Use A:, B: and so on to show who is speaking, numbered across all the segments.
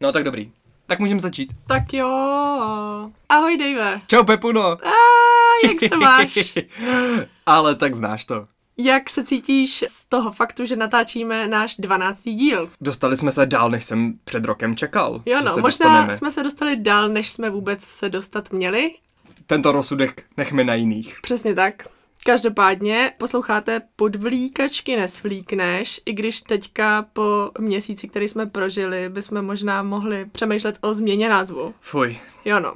A: No tak dobrý. Tak můžeme začít.
B: Tak jo. Ahoj, Dave.
A: Čau Pepuno.
B: A, jak se máš?
A: Ale tak znáš to.
B: Jak se cítíš z toho faktu, že natáčíme náš 12. díl?
A: Dostali jsme se dál, než jsem před rokem čekal.
B: Jo
A: že
B: no,
A: se
B: možná
A: dostaneme.
B: jsme se dostali dál, než jsme vůbec se dostat měli.
A: Tento rozsudek nechme na jiných.
B: Přesně tak. Každopádně posloucháte Podvlíkačky nesvlíkneš, i když teďka po měsíci, který jsme prožili, bychom možná mohli přemýšlet o změně názvu.
A: Fuj,
B: Jo no.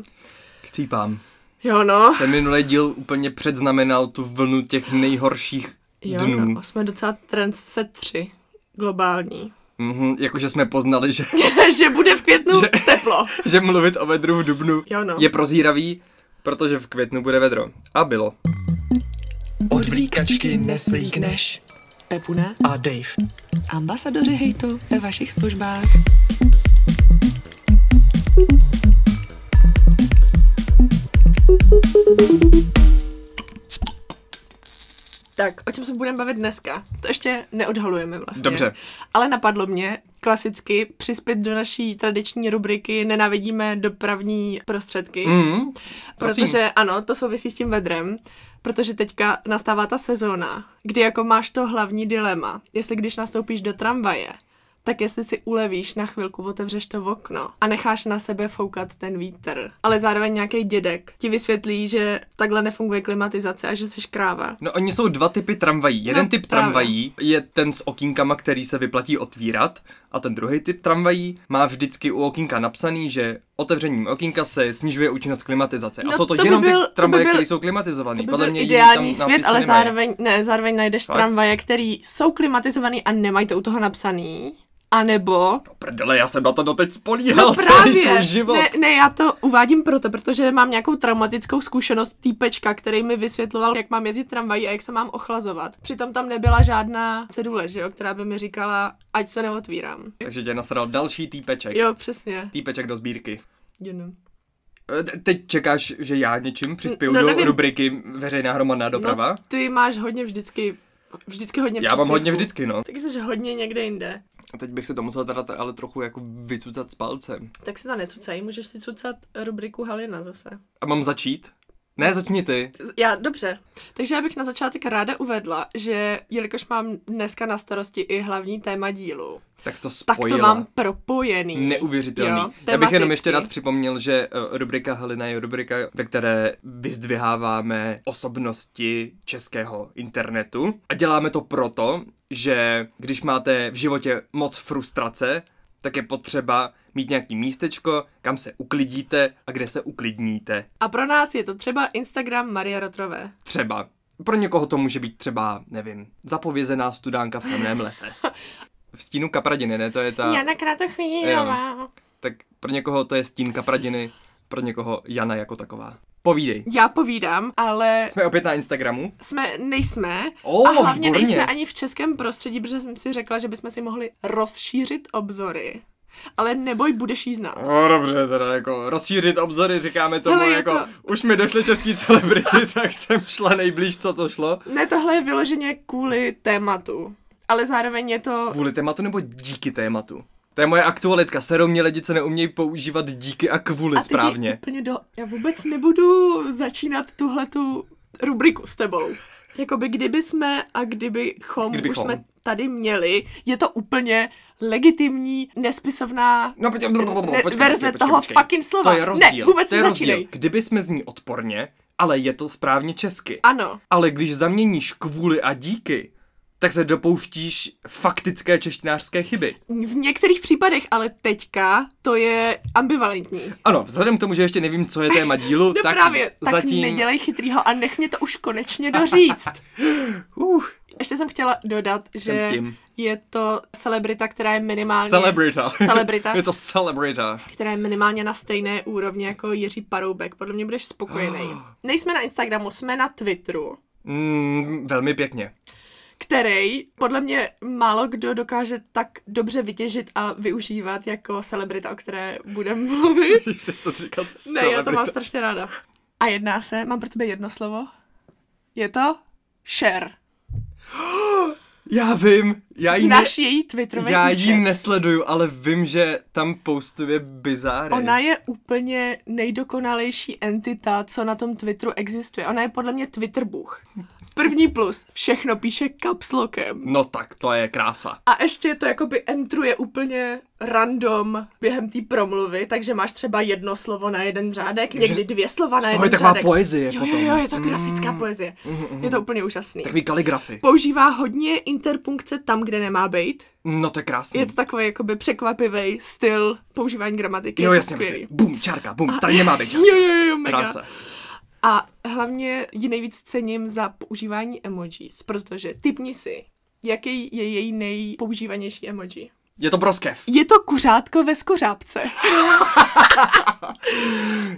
A: chcípám.
B: Jo no.
A: Ten minulý díl úplně předznamenal tu vlnu těch nejhorších
B: Jo
A: dnů.
B: no. Jsme docela trendsetři. Globální.
A: Mhm, jakože jsme poznali, že,
B: že bude v květnu
A: Že-
B: teplo.
A: že mluvit o vedru v Dubnu
B: Jo no.
A: je prozíravý, protože v květnu bude vedro. A bylo.
C: Odvlíkačky neslíkneš.
D: Pepuna,
C: A Dave.
D: ambasadoři hejtu ve vašich službách.
B: Tak, o čem se budeme bavit dneska? To ještě neodhalujeme vlastně.
A: Dobře.
B: Ale napadlo mě klasicky přispět do naší tradiční rubriky Nenávidíme dopravní prostředky.
A: Mhm, prosím.
B: protože ano, to souvisí s tím vedrem. Protože teďka nastává ta sezóna, kdy jako máš to hlavní dilema. Jestli když nastoupíš do tramvaje, tak jestli si ulevíš na chvilku, otevřeš to okno a necháš na sebe foukat ten vítr. Ale zároveň nějaký dědek ti vysvětlí, že takhle nefunguje klimatizace a že jsi kráva.
A: No oni jsou dva typy tramvají. Jeden
B: No,
A: typ
B: právě.
A: tramvají je ten s okýnkama, který se vyplatí otvírat a ten druhý typ tramvají má vždycky u okýnka napsaný, že otevřením okýnka se snižuje účinnost klimatizace. a
B: No,
A: jsou to,
B: to by
A: jenom
B: byl- to
A: ty
B: by
A: tramvaje,
B: byl-
A: které jsou klimatizované.
B: To by
A: Podle
B: byl
A: mě jiný
B: ideální
A: tam
B: svět,
A: nápisy
B: ale
A: nemají.
B: zároveň, ne, zároveň najdeš
A: Fakt?
B: tramvaje, který jsou klimatizovaný a nemají to u toho napsaný. A nebo...
A: Prdele, já jsem na to doteď spolíhal
B: No
A: celý
B: právě,
A: svůj život.
B: ne, ne, já to uvádím proto, protože mám nějakou traumatickou zkušenost týpečka, který mi vysvětloval, jak mám jezdit tramvají a jak se mám ochlazovat. Přitom tam nebyla žádná cedule, že jo, která by mi říkala, ať se neotvírám.
A: Takže tě nasral další týpeček.
B: Jo, přesně.
A: Týpeček do sbírky.
B: Jenom.
A: E, te- Teď čekáš, že já něčím přispěju
B: No,
A: do
B: nevím.
A: rubriky Veřejná hromadná doprava?
B: No, ty máš hodně vždycky, vždycky hodně
A: já mám hodně
B: příspěvků.
A: vždycky, no.
B: Tak jsi hodně někde jinde.
A: Teď bych si to musel teda t- ale trochu jako vycucat s palcem.
B: Tak si to necucej, můžeš si cucat rubriku Halina zase.
A: A mám začít? Ne, začni ty.
B: Já, dobře. Takže já bych na začátek ráda uvedla, že jelikož mám dneska na starosti i hlavní téma dílu,
A: Tak to
B: tak
A: spojila.
B: to mám propojený.
A: Neuvěřitelný.
B: Jo,
A: Já bych jenom
B: tematicky.
A: ještě rád připomněl, že eh, rubrika Halina je rubrika, ve které vyzdviháváme osobnosti českého internetu. A děláme to proto, že když máte v životě moc frustrace, tak je potřeba mít nějaký místečko, kam se uklidíte a kde se uklidníte.
B: A pro nás je to třeba Instagram Marie Rotrové.
A: Třeba. Pro někoho to může být třeba, nevím, zapovězená studánka v temném lese. V stínu kapradiny, ne? To je ta... Kratochvílová. Tak pro někoho to je stín kapradiny, pro někoho Jana jako taková. Povídej.
B: Já povídám, ale
A: Jsme opět na Instagramu.
B: jsme, nejsme.
A: O,
B: a hlavně
A: výborně.
B: nejsme ani v českém prostředí, protože jsem si řekla, že bychom si mohli rozšířit obzory. Ale neboj, budeš jí znát.
A: No dobře, teda jako rozšířit obzory, říkáme tomu
B: Hele, je
A: jako,
B: to-
A: už mi došly český celebrity, tak jsem šla nejblíž, co to šlo.
B: Ne, tohle je vyloženě kvůli tématu. Ale zároveň je to
A: Kvůli tématu nebo díky tématu? To je moje aktualitka, seromě lidi, co neumějí používat díky a kvůli
B: A teď je
A: správně.
B: Úplně do... Já vůbec nebudu začínat tuhle tu rubriku s tebou. Jakoby kdyby jsme a kdybychom,
A: Kdybychom.
B: už jsme tady měli, je to úplně legitimní, nespisovná
A: No počkej, ne,
B: ne, Eh, verze toho fucking slova.
A: To je rozdíl.
B: Ne, vůbec
A: to je
B: nezačínej.
A: rozdíl. Kdyby jsme zní odporně, ale je to správně česky.
B: Ano,
A: Ale když zaměníš kvůli a díky, tak se dopouštíš faktické češtinářské chyby.
B: v některých případech, ale teďka to je ambivalentní.
A: Ano, vzhledem k tomu, že ještě nevím, co je téma dílu,
B: No
A: No tak
B: tak právě, tak
A: zatím...
B: nedělej chytrýho a nech mě to už konečně doříct.
A: Uh,
B: Ještě jsem chtěla dodat,
A: Jsem s
B: že
A: tím.
B: je to celebrita, která je minimálně...
A: celebrita.
B: Celebrita.
A: je to celebrita.
B: která je minimálně na stejné úrovni jako Jiří Paroubek. Podle mě budeš spokojený. Nejsme na Instagramu, jsme na Twitteru,
A: Mm, velmi pěkně.
B: který podle mě málo kdo dokáže tak dobře vytěžit a využívat jako celebrita, o které budeme mluvit.
A: Musíš přestat říkat
B: Ne, já to mám strašně ráda. A jedná se, mám pro tebe jedno slovo. Je to share.
A: Já vím, já ji, ne,
B: Znáš její Twitterový
A: já ji
B: účet?
A: nesleduju, ale vím, že tam postuje bizáry.
B: Ona je úplně nejdokonalejší entita, co na tom Twitteru existuje. Ona je podle mě Twitter bůh. První plus, všechno píše kapslokem.
A: No tak, to je krása.
B: A ještě to jakoby entruje úplně random během té promluvy, takže máš třeba jedno slovo na jeden řádek, někdy dvě slova na
A: toho je
B: jeden
A: taková
B: řádek.
A: poezie
B: jo,
A: potom. Mm.
B: Jo, jo, je to grafická poezie. Je to úplně úžasný.
A: Takový kaligrafy.
B: Používá hodně interpunkce tam, kde nemá být.
A: No to je krásný.
B: Je to takový jakoby překvapivý styl používání gramatiky.
A: jo,
B: je to
A: jasně,
B: skvělý.
A: prostě. Bum, čárka, bum, tady nemá být
B: Jo,
A: čárka.
B: jo, jo, mega.
A: Krása.
B: A hlavně ji nejvíc cením za používání emojis, protože typni si, jaký je její nejpoužívanější emoji.
A: Je to broskev.
B: Je to kuřátko ve skořápce.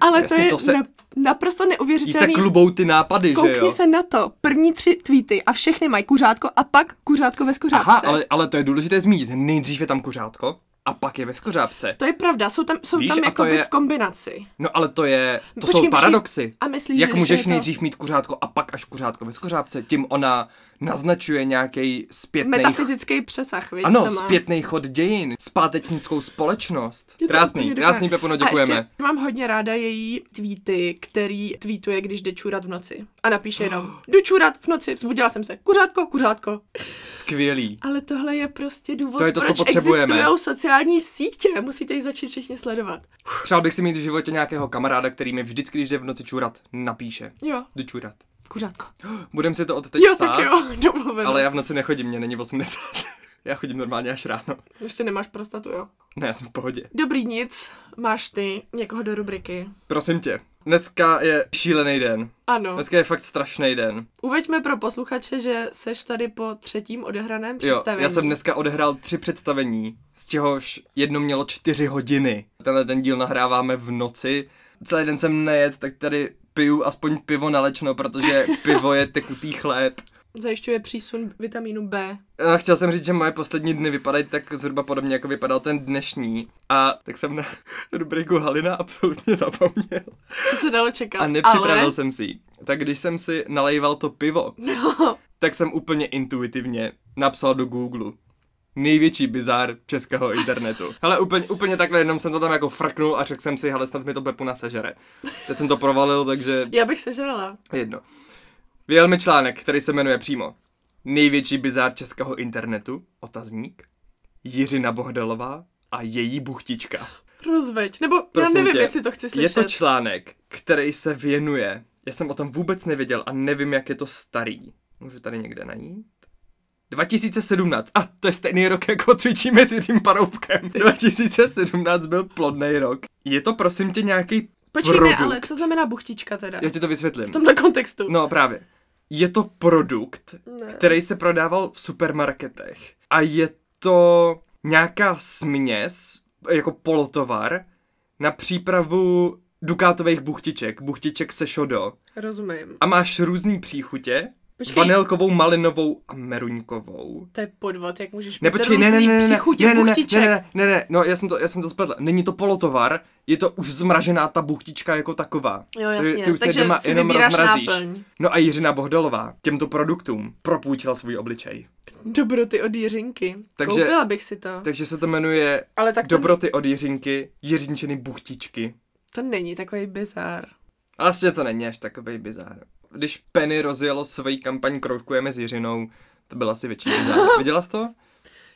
B: Ale
A: Jasně,
B: to je
A: to se-
B: na, naprosto
A: Jí se
B: neuvěřitelný.
A: klubou ty nápady, že
B: Koukni
A: jo?
B: se na to. První tři tweety a všechny mají kuřátko a pak kuřátko ve skořápce.
A: Aha, ale, ale to je důležité zmínit. Nejdřív je tam kuřátko a pak je ve skořápce.
B: To je pravda, jsou tam, jsou
A: Víš,
B: tam
A: a to
B: jakoby
A: je-
B: v kombinaci.
A: No ale to je, to jsou
B: Počkej, počkej.
A: paradoxy.
B: A myslíš,
A: Jak
B: že
A: můžeš
B: je to-
A: nejdřív mít kuřátko a pak až kuřátko ve skořápce? Tím ona naznačuje nějaký zpětný...
B: Metafyzický přesah, víš,
A: Ano,
B: to má.
A: zpětný chod dějin, zpátečnickou společnost.
B: Je to
A: Krásný,
B: úplně
A: krásný
B: dobré.
A: Pepono,
B: A
A: děkujeme.
B: ještě mám hodně ráda její tweety, který tweetuje, když jde čůrat v noci. A napíše jenom, jdu čůrat v noci, vzbudila jsem se, kuřátko, kuřátko.
A: Skvělý.
B: Ale tohle je prostě důvod,
A: To je to, co
B: proč
A: potřebujeme.
B: existují sociální sítě. Musíte ji začít všichni sledovat.
A: Přál bych si mít v životě nějakého kamaráda, který mi vždycky, když jde v noci čurat, napíše.
B: Jo,
A: Jdu čurat.
B: kuřátko.
A: Budem si to od teď
B: Jo,
A: psát,
B: tak jo, domluveno.
A: ale
B: Ale...
A: já v noci nechodím, mě není 80. já chodím normálně až ráno.
B: Ještě nemáš prostatu, jo.
A: Ne, já jsem v pohodě.
B: Dobrý nic, máš ty někoho do rubriky.
A: Prosím tě, dneska je šílený den.
B: Ano.
A: Dneska je fakt strašný den.
B: Uveďme pro posluchače, že seš tady po třetím odehraném
A: Jo,
B: představení.
A: já jsem dneska odehrál tři představení, z čehož jedno mělo čtyři hodiny. Tenhle ten díl nahráváme v noci. Celý den jsem nejet, tak tady piju aspoň pivo nalečno, protože pivo je tekutý chléb.
B: Zajišťuje přísun vitamínu B.
A: A chtěl jsem říct, že moje poslední dny vypadají tak zhruba podobně, jako vypadal ten dnešní. A tak jsem na rubriku Halina absolutně zapomněl.
B: To se dalo čekat.
A: A nepřipravil
B: ale...
A: jsem si ji. Tak když jsem si nalejval to pivo,
B: No,
A: tak jsem úplně intuitivně napsal do Google největší bizár českého internetu. Hele, úplně, úplně takhle jenom jsem to tam jako frknul a řekl jsem si, hele, snad mi to Pepuna sežere. Teď jsem to provalil, takže
B: já bych sežrala.
A: jedno. Vyjel mi článek, který se jmenuje přímo Největší bizár českého internetu, otazník, Jiřina Bohdalová a její buchtička.
B: Rozveď. Nebo
A: Prosím
B: já nevím,
A: tě,
B: jestli to chci
A: Je
B: slyšet.
A: to článek, který se věnuje. Já jsem o tom vůbec nevěděl a nevím, jak je to starý. Můžu tady někde najít? 2017. A to je stejný rok, jako cvičíme s Jiřím Paroubkem. 2017 byl plodný rok. Je to prosím tě nějaký
B: Počkej, ne,
A: produkt.
B: ale co znamená buchtička teda?
A: Já ti to vysvětlím.
B: V tomhle kontextu.
A: No právě. Je to produkt,
B: Ne.
A: který se prodával v supermarketech. A je to nějaká směs, jako polotovar, na přípravu dukátových buchtiček, buchtiček se šodo.
B: Rozumím.
A: A máš různý příchutě,
B: Počkej.
A: vanilkovou, malinovou a meruňkovou.
B: To je podvod, jak můžeš
A: Ne,
B: mít
A: počkej, ne, ne,
B: různý
A: ne, ne, ne,
B: příchutě
A: ne, ne, ne,
B: buchtiček.
A: ne, ne, ne, ne, no já jsem to, já jsem to spletl. Není to polotovar, je to už zmražená ta buchtička jako taková.
B: Jo,
A: Takže
B: jasně.
A: Ty už
B: Takže
A: se doma
B: si
A: jenom
B: vybíráš
A: rozmrazíš.
B: náplň.
A: No a Jiřina Bohdalová těmto produktům propůjčila svůj obličej.
B: Dobroty od Jiřinky.
A: Takže-
B: Takže... Koupila bych si to.
A: Takže se to jmenuje
B: Ale tak to,
A: Dobroty od Jiřinky, Jiřinčiny buchtičky.
B: to není takový bizár.
A: A vlastně to není až takový bizár. Když Penny rozjelo svoji kampaň Kroužkujeme s Jiřinou, to byla asi větší bizár. Viděla jsi to?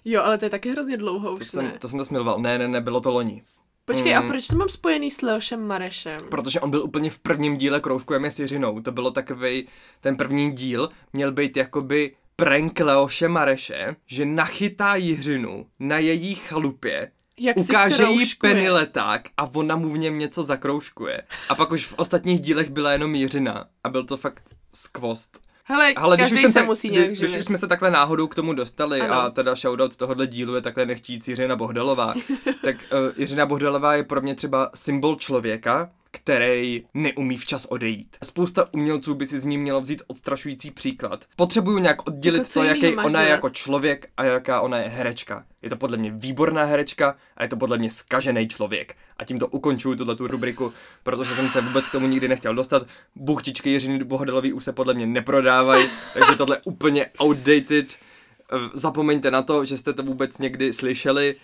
B: Jo, ale to je taky hrozně dlouho
A: To
B: už, ne?
A: jsem, to jsem zasmiloval. Ne, ne, ne, bylo to loni.
B: Počkej, a
A: Mm.
B: proč to mám spojený s Leošem Marešem?
A: Protože on byl úplně v prvním díle Kroužkujeme s Jiřinou. To bylo takový, ten první díl měl být jakoby prank Leoše Mareše, že nachytá Jiřinu na její chalupě
B: Jak si
A: ukáže jí
B: kroužkuje.
A: Penny leták a ona mu v něm něco zakroužkuje. A pak už v ostatních dílech byla jenom Jiřina a byl to fakt skvost.
B: Hele,
A: Ale
B: Hele
A: když
B: každý
A: už, jsem
B: se
A: se,
B: musí
A: kdy,
B: nějak
A: když už
B: živit.
A: jsme se takhle náhodou k tomu dostali
B: Ano.
A: a teda shoutout tohohle dílu je takhle nechtící Jiřina Bohdalová, tak uh, Jiřina Bohdalová je pro mě třeba symbol člověka, který neumí včas odejít. Spousta umělců by si z ní mělo vzít odstrašující příklad. Potřebuju nějak oddělit
B: Jako co
A: Prostě to,
B: jinýho
A: jaký
B: máš
A: ona je
B: dělat?
A: jako člověk a jaká ona je herečka. Je to podle mě výborná herečka a je to podle mě skažený člověk. A tímto ukončuju tuto tu rubriku, protože jsem se vůbec k tomu nikdy nechtěl dostat. Buchtičky Jiřiny Bohdalový už se podle mě neprodávají, takže tohle je úplně outdated. eh, zapomeňte na to, že jste to vůbec někdy slyšeli.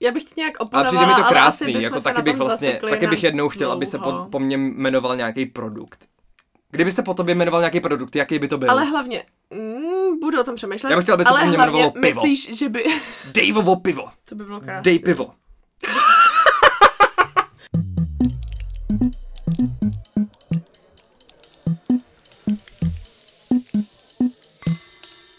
B: Já bych tě nějak
A: A
B: oponovala,
A: přijde mi to
B: No, ale asi
A: krásný,
B: bychom
A: jako
B: se
A: taky
B: na tom
A: bych vlastně,
B: zasekli
A: taky
B: na
A: bych jednou chtěl, aby se po,
B: dlouho.
A: po mně jmenoval nějaký produkt. Kdybyste po tobě jmenoval nějaký produkt, jaký by to byl?
B: Ale hlavně, mm, budu o tom přemýšlet.
A: Já bych chtěl, aby se
B: ale
A: po mně
B: hlavně
A: jmenovalo pivo.
B: myslíš, že by...
A: Dejvovo pivo.
B: to by bylo krásné.
A: Dej pivo.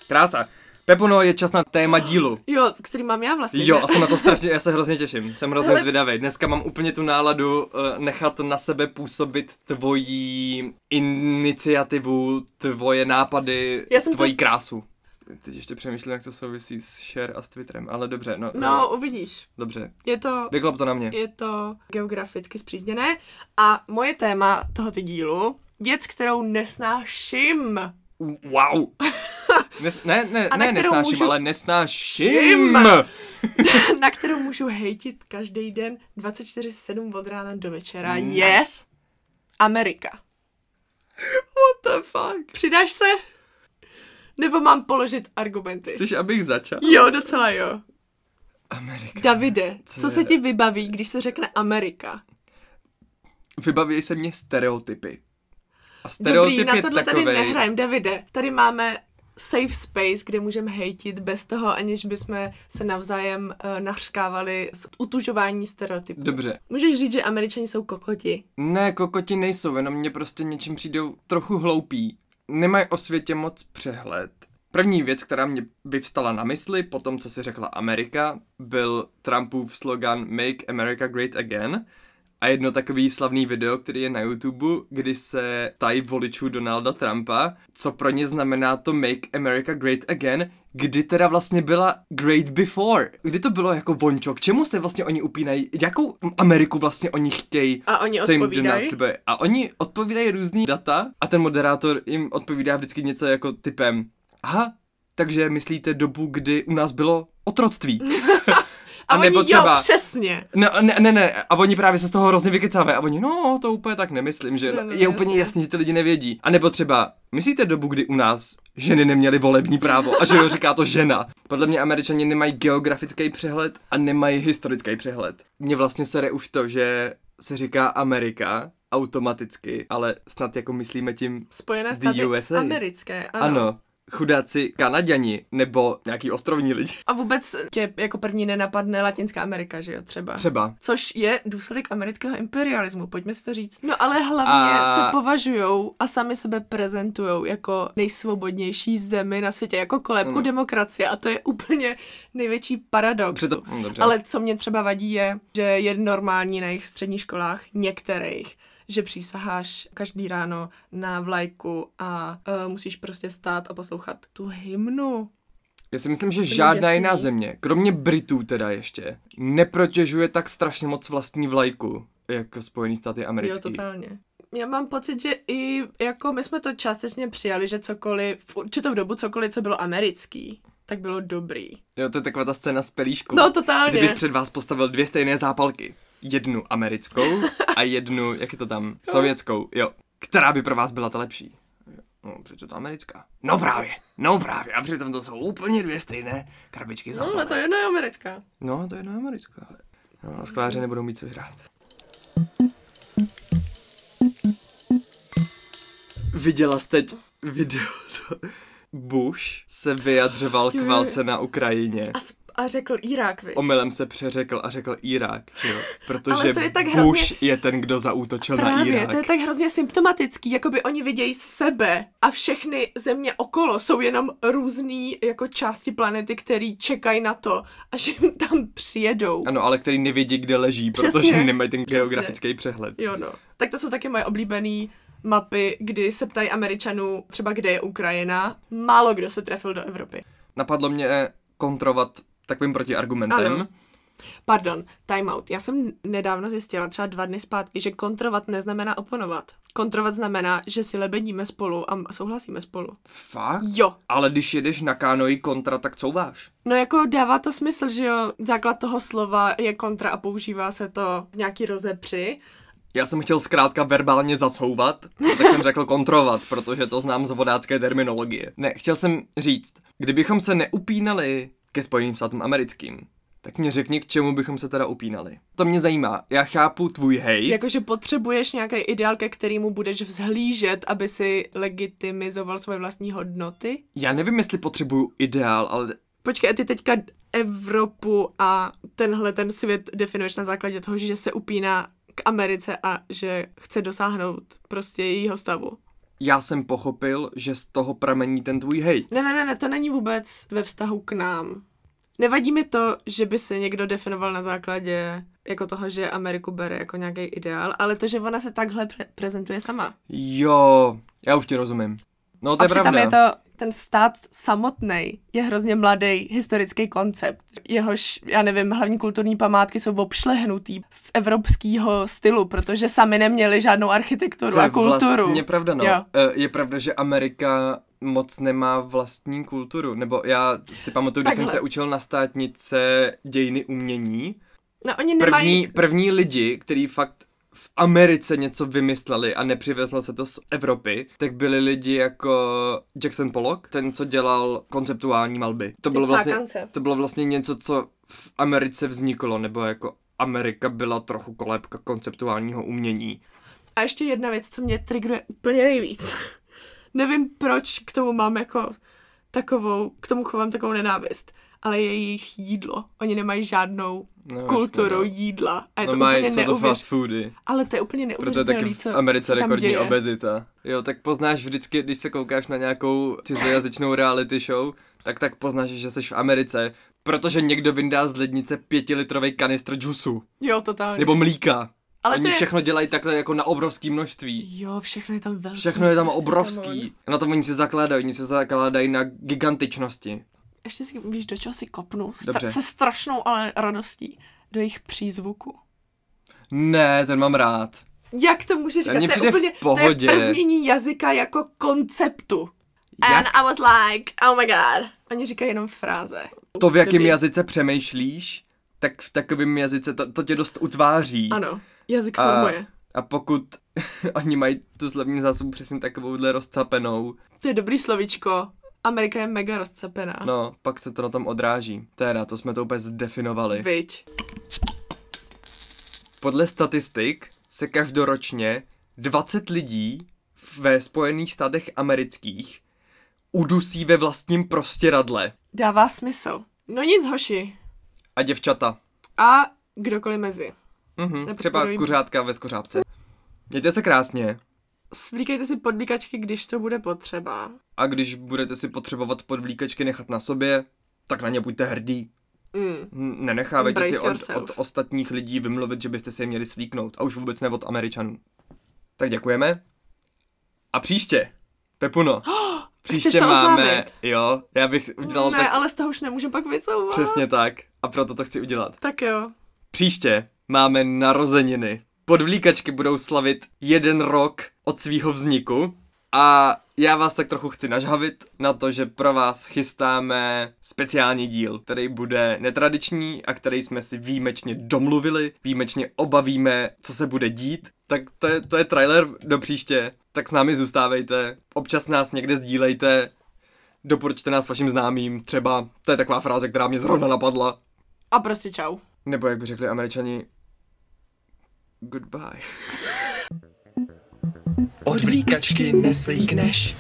A: Krása. Pepuno, je čas na téma dílu.
B: Jo, který mám já vlastně.
A: Jo,
B: ne?
A: a jsem na to strašně, já se hrozně těším. Jsem hrozně
B: Hele.
A: zvědavý. Dneska mám úplně tu náladu eh, nechat na sebe působit tvoji iniciativu, tvoje nápady,
B: Já jsem to-
A: tvoji krásu. Teď ještě přemýšlím, jak to souvisí s share a s Twitterem, ale dobře, no,
B: No, uvidíš.
A: dobře.
B: Je to,
A: Vyklop to na mě.
B: je to geograficky zpřízněné. A moje téma tohoto dílu, věc, kterou nesnáším.
A: Wow. Nes, ne, ne,
B: A na
A: ne,
B: kterou
A: nesnáším,
B: můžu-
A: můžu... ale nesnáším.
B: Šim! na kterou můžu hejtit každý den 24-7 od rána do večera,
A: Nice.
B: je Amerika. What the fuck? Přidáš se? Nebo mám položit argumenty?
A: Chceš, abych začal?
B: Jo, docela jo.
A: Amerika.
B: Davide, co,
A: Co
B: se
A: je?
B: ti vybaví, když se řekne Amerika?
A: Vybaví se mě stereotypy. A stereotyp
B: Dobrý, na
A: je
B: tohle
A: takovej...
B: tady nehrajem, Davide. Tady máme safe space, kde můžeme hejtit bez toho, aniž bychom se navzájem uh, nařkávali z utužování stereotypů.
A: Dobře.
B: Můžeš říct, že američani jsou kokoti.
A: Ne, kokoti nejsou, jenom mě prostě něčím přijdou trochu hloupí. Nemají o světě moc přehled. První věc, která mě vyvstala na mysli po tom, co si řekla Amerika, byl Trumpův slogan Make America Great Again a jedno takový slavný video, který je na YouTube, kdy se tají voličů Donalda Trumpa, co pro ně znamená to Make America Great Again, kdy teda vlastně byla Great Before. Kdy to bylo jako vončo, k čemu se vlastně oni upínají, jakou Ameriku vlastně oni chtějí
B: A oni
A: co jim Donald
B: odpovídají?
A: slibuje. A oni odpovídají různý data a ten moderátor jim odpovídá vždycky něco jako typem aha, takže myslíte dobu, kdy u nás bylo otroctví.
B: A,
A: A
B: oni,
A: nebo třeba-
B: jo, přesně.
A: No, ne, ne, ne, a oni právě se z toho hrozně vykecávají a oni, no, to úplně tak nemyslím, že
B: No,
A: no,
B: no,
A: je úplně
B: jasně.
A: jasný, že ty lidi nevědí. A nebo třeba, myslíte dobu, kdy u nás ženy neměly volební právo a že jo, říká to žena. Podle mě američani nemají geografický přehled a nemají historický přehled. Mně vlastně sere už to, že se říká Amerika automaticky, ale snad jako myslíme tím
B: Spojené
A: The
B: státy
A: USA.
B: americké, ano.
A: ano, ano chudáci Kanaďani nebo nějaký ostrovní lidi.
B: A vůbec tě jako první nenapadne Latinská Amerika, že jo, třeba.
A: Třeba.
B: Což je důsledek amerického imperialismu, pojďme si to říct. No ale hlavně a...
A: A-
B: se považujou a sami sebe prezentujou jako nejsvobodnější zemi na světě, jako kolébku
A: Ano.
B: demokracie a to je úplně největší paradox.
A: Přitom, hm, dobře.
B: Ale co mě třeba vadí je, že je normální na jejich středních školách některých, že přísaháš každý ráno na vlajku a uh, musíš prostě stát a poslouchat tu hymnu.
A: Já si myslím, že žádná
B: děsivý.
A: jiná země, kromě Britů teda ještě, neprotěžuje tak strašně moc vlastní vlajku, jako Spojený státy
B: Jo,
A: americký.
B: totálně. Já mám pocit, že i jako my jsme to částečně přijali, že cokoliv, v určitou dobu cokoliv, co bylo americký, tak bylo dobrý.
A: jo, to je taková ta scéna s pelíškou.
B: No totálně.
A: Kdybych před vás postavil dvě stejné zápalky. Jednu americkou a jednu, jak je to tam, sovětskou, jo. Která by pro vás byla ta lepší? No, přece to americká. No právě, no právě. A přitom to jsou úplně dvě stejné krabičky
B: No,
A: zápalek.
B: ale to jedno je americká.
A: No, to je na Americku, ale... No, a skláři nebudou mít co hrát. Viděla jste teď video? To... Bush se vyjadřoval
B: Jo,
A: k
B: jo,
A: válce na Ukrajině.
B: A, sp- a řekl Irák, viď?
A: Omylem se přeřekl a řekl Irák, že jo?
B: Ale
A: Protože
B: to je tak
A: Bush
B: hrozně-
A: je ten, kdo zaútočil na
B: Právě,
A: Irák.
B: to je tak hrozně symptomatický, jakoby oni vidějí sebe a všechny země okolo jsou jenom různý jako části planety, který čekají na to, až jim tam přijedou.
A: Ano, ale který nevědí, kde leží,
B: Přesně,
A: protože nemají ten
B: přesně.
A: geografický přehled.
B: Jo no. Tak to jsou taky moje oblíbené mapy, kdy se ptají Američanů třeba, kde je Ukrajina. Málo kdo se trefil do Evropy.
A: Napadlo mě eh, kontrovat takovým protiargumentem.
B: Ano. Pardon, timeout. Já jsem nedávno zjistila, třeba dva dny zpátky, že kontrovat neznamená oponovat. Kontrovat znamená, že si lebedíme spolu a m- souhlasíme spolu.
A: Fakt?
B: Jo.
A: Ale když jedeš na kánoji kontra, tak couváš.
B: No jako dává to smysl, že jo, základ toho slova je kontra a používá se to v nějaký rozepři,
A: Já jsem chtěl zkrátka verbálně zacouvat, a tak jsem řekl kontrovat, protože to znám z vodácké terminologie. Ne, chtěl jsem říct, kdybychom se neupínali ke Spojeným státům americkým, tak mě řekni, k čemu bychom se teda upínali. To mě zajímá. Já chápu tvůj hejt.
B: Jakože potřebuješ nějaký ideál, ke kterému budeš vzhlížet, aby si legitimizoval svoje vlastní hodnoty?
A: Já nevím, jestli potřebuju ideál, ale
B: Počkej, a ty teďka Evropu a tenhle ten svět definuješ na základě toho, že se upíná k Americe a že chce dosáhnout prostě jejího stavu.
A: já jsem pochopil, že z toho pramení ten tvůj hejt.
B: Ne, ne, ne, ne, to není vůbec ve vztahu k nám. Nevadí mi to, že by se někdo definoval na základě jako toho, že Ameriku bere jako nějaký ideál, ale to, že ona se takhle pre- prezentuje sama.
A: Jo, já už ti rozumím. No to
B: A
A: je
B: přitom
A: pravda.
B: je to ten stát samotný je hrozně mladý historický koncept. Jehož, já nevím, hlavní kulturní památky jsou obšlehnutý z evropského stylu, protože sami neměli žádnou architekturu
A: To
B: a
A: je
B: kulturu.
A: vlastně pravda, no.
B: Jo.
A: Eh, Je pravda, že Amerika moc nemá vlastní kulturu. Nebo já si pamatuju, když jsem
B: Takhle.
A: se učil na státnice dějiny umění.
B: No oni nemají...
A: První, první lidi, který fakt v Americe něco vymysleli a nepřivezlo se to z Evropy, tak byli lidi jako Jackson Pollock, ten, co dělal konceptuální malby. To bylo, vlastně,
B: Cákance.
A: to bylo vlastně něco, co v Americe vzniklo, nebo jako Amerika byla trochu kolébka konceptuálního umění.
B: A ještě jedna věc, co mě trigruje úplně nejvíc. Nevím, proč k tomu mám jako takovou, k tomu chovám takovou nenávist, ale je jejich jídlo. Oni nemají žádnou
A: No, jasně,
B: kulturu
A: no.
B: jídla. A je to
A: No
B: no
A: mají,
B: úplně
A: jsou to
B: neuvěř...
A: fast foody.
B: Ale to je úplně
A: Proto je
B: neuvěřitelné,
A: taky v
B: co
A: Americe
B: co tam
A: rekordní
B: děje.
A: obezita. Jo, tak poznáš vždycky, když se koukáš na nějakou cizojazyčnou reality show, tak tak poznáš, že jsi v Americe, protože někdo vyndá z lednice pětilitrový kanistr džusu,
B: Jo, totálně.
A: nebo mlíka.
B: Ale
A: Ale Oni
B: to je...
A: všechno dělají takhle jako na obrovský množství.
B: Jo, všechno je tam velké.
A: Všechno je tam
B: prostě, kamon.
A: obrovský. Na tom oni se zakládají, oni se zakládají na gigantičnosti.
B: Ještě si víš, do čeho si kopnu. Stra-
A: Dobře.
B: se strašnou ale radostí. Do jejich přízvuku.
A: Ne, ten mám rád.
B: Jak to můžeš
A: To
B: říkat?
A: mně
B: To je
A: přijde v
B: úplně
A: pohodě.
B: To je prznění jazyka jako konceptu.
A: Jak
B: And I was like, oh my god. Oni říkají jenom fráze.
A: to, v jakém
B: Dobrý.
A: jazyce přemýšlíš, tak v takovém jazyce to, to tě dost utváří.
B: Ano, jazyk
A: A-
B: formuje.
A: A pokud oni mají tu slovní zásobu přesně takovouhle rozcapenou,
B: To je dobrý slovíčko. Amerika je mega rozcepená.
A: no, pak se to na tom odráží. Teda, to jsme to úplně zdefinovali.
B: Viď.
A: Podle statistik se každoročně 20 lidí ve Spojených státech amerických udusí ve vlastním prostěradle.
B: Dává smysl. No nic, hoši.
A: A děvčata.
B: A kdokoliv mezi.
A: Mhm,
B: Tak
A: třeba
B: podporujem.
A: kuřátka ve skořápce. Mějte se krásně.
B: Svlíkejte si podlíkačky, když to bude potřeba.
A: A když budete si potřebovat podvlíkačky nechat na sobě, tak na ně buďte hrdí.
B: Mm.
A: N- Nenechávejte si
B: Embrace
A: od,
B: yourself.
A: od ostatních lidí vymluvit, že byste si je měli svlíknout. A už vůbec ne od Američanů. Tak děkujeme. A příště, Pepuno.
B: chceš to oznámit?
A: Jo, já bych udělal
B: ne,
A: tak...
B: ale z toho už nemůžeme pak vycouvat.
A: Přesně tak. A proto to chci udělat.
B: Tak jo.
A: Příště máme narozeniny. Podvlíkačky budou slavit jeden rok od svýho vzniku a já vás tak trochu chci nažhavit na to, že pro vás chystáme speciální díl, který bude netradiční a který jsme si výjimečně domluvili, výjimečně obavíme, co se bude dít. Tak to je, to je trailer do příště, tak s námi zůstávejte, občas nás někde sdílejte, doporučte nás vašim známým, třeba, to je taková fráze, která mě zrovna napadla.
B: A prostě čau.
A: Nebo jak by řekli američani, goodbye.
D: Od vlíkačky neslíkneš.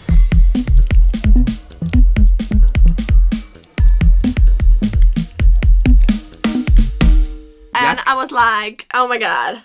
B: And I was like, oh my god.